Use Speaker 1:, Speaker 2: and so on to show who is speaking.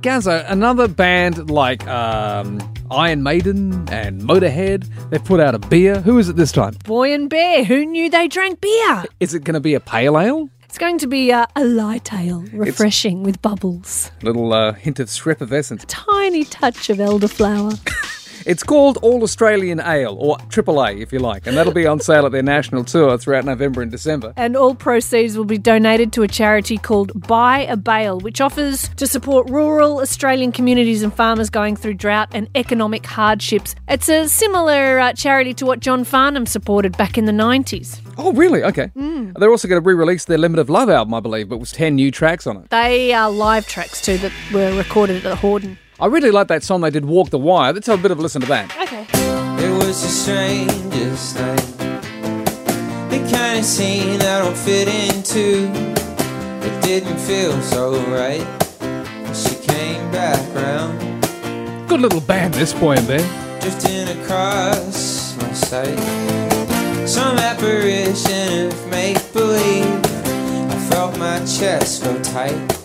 Speaker 1: Gazzo, another band like um, Iron Maiden and Motorhead, they've put out a beer. Who is it this time?
Speaker 2: Boy and Bear, who knew they drank beer?
Speaker 1: Is it going to be a pale ale?
Speaker 2: It's going to be uh, a light ale, refreshing with bubbles,
Speaker 1: Little uh, hint of strepivescence.
Speaker 2: tiny touch of elderflower.
Speaker 1: It's called All Australian Ale, or AAA if you like, and that'll be on sale at their national tour throughout November and December.
Speaker 2: and all proceeds will be donated to a charity called Buy a Bale, which offers to support rural Australian communities and farmers going through drought and economic hardships. It's a similar uh, charity to what John Farnham supported back in the 90s.
Speaker 1: Oh, really? Okay. They're also going to re release their Limit of Love album, I believe, but with 10 new tracks on it.
Speaker 2: They are live tracks too that were recorded at the Horden.
Speaker 1: I really like that song they did, Walk the Wire. Let's have a bit of a listen to that.
Speaker 2: Okay.
Speaker 3: It was the strangest night. The kind of scene I don't fit into. It didn't feel so right. She came back round,
Speaker 1: Good little band, this boy in there.
Speaker 3: drifting across my sight. Some apparition of make believe. I felt my chest go tight.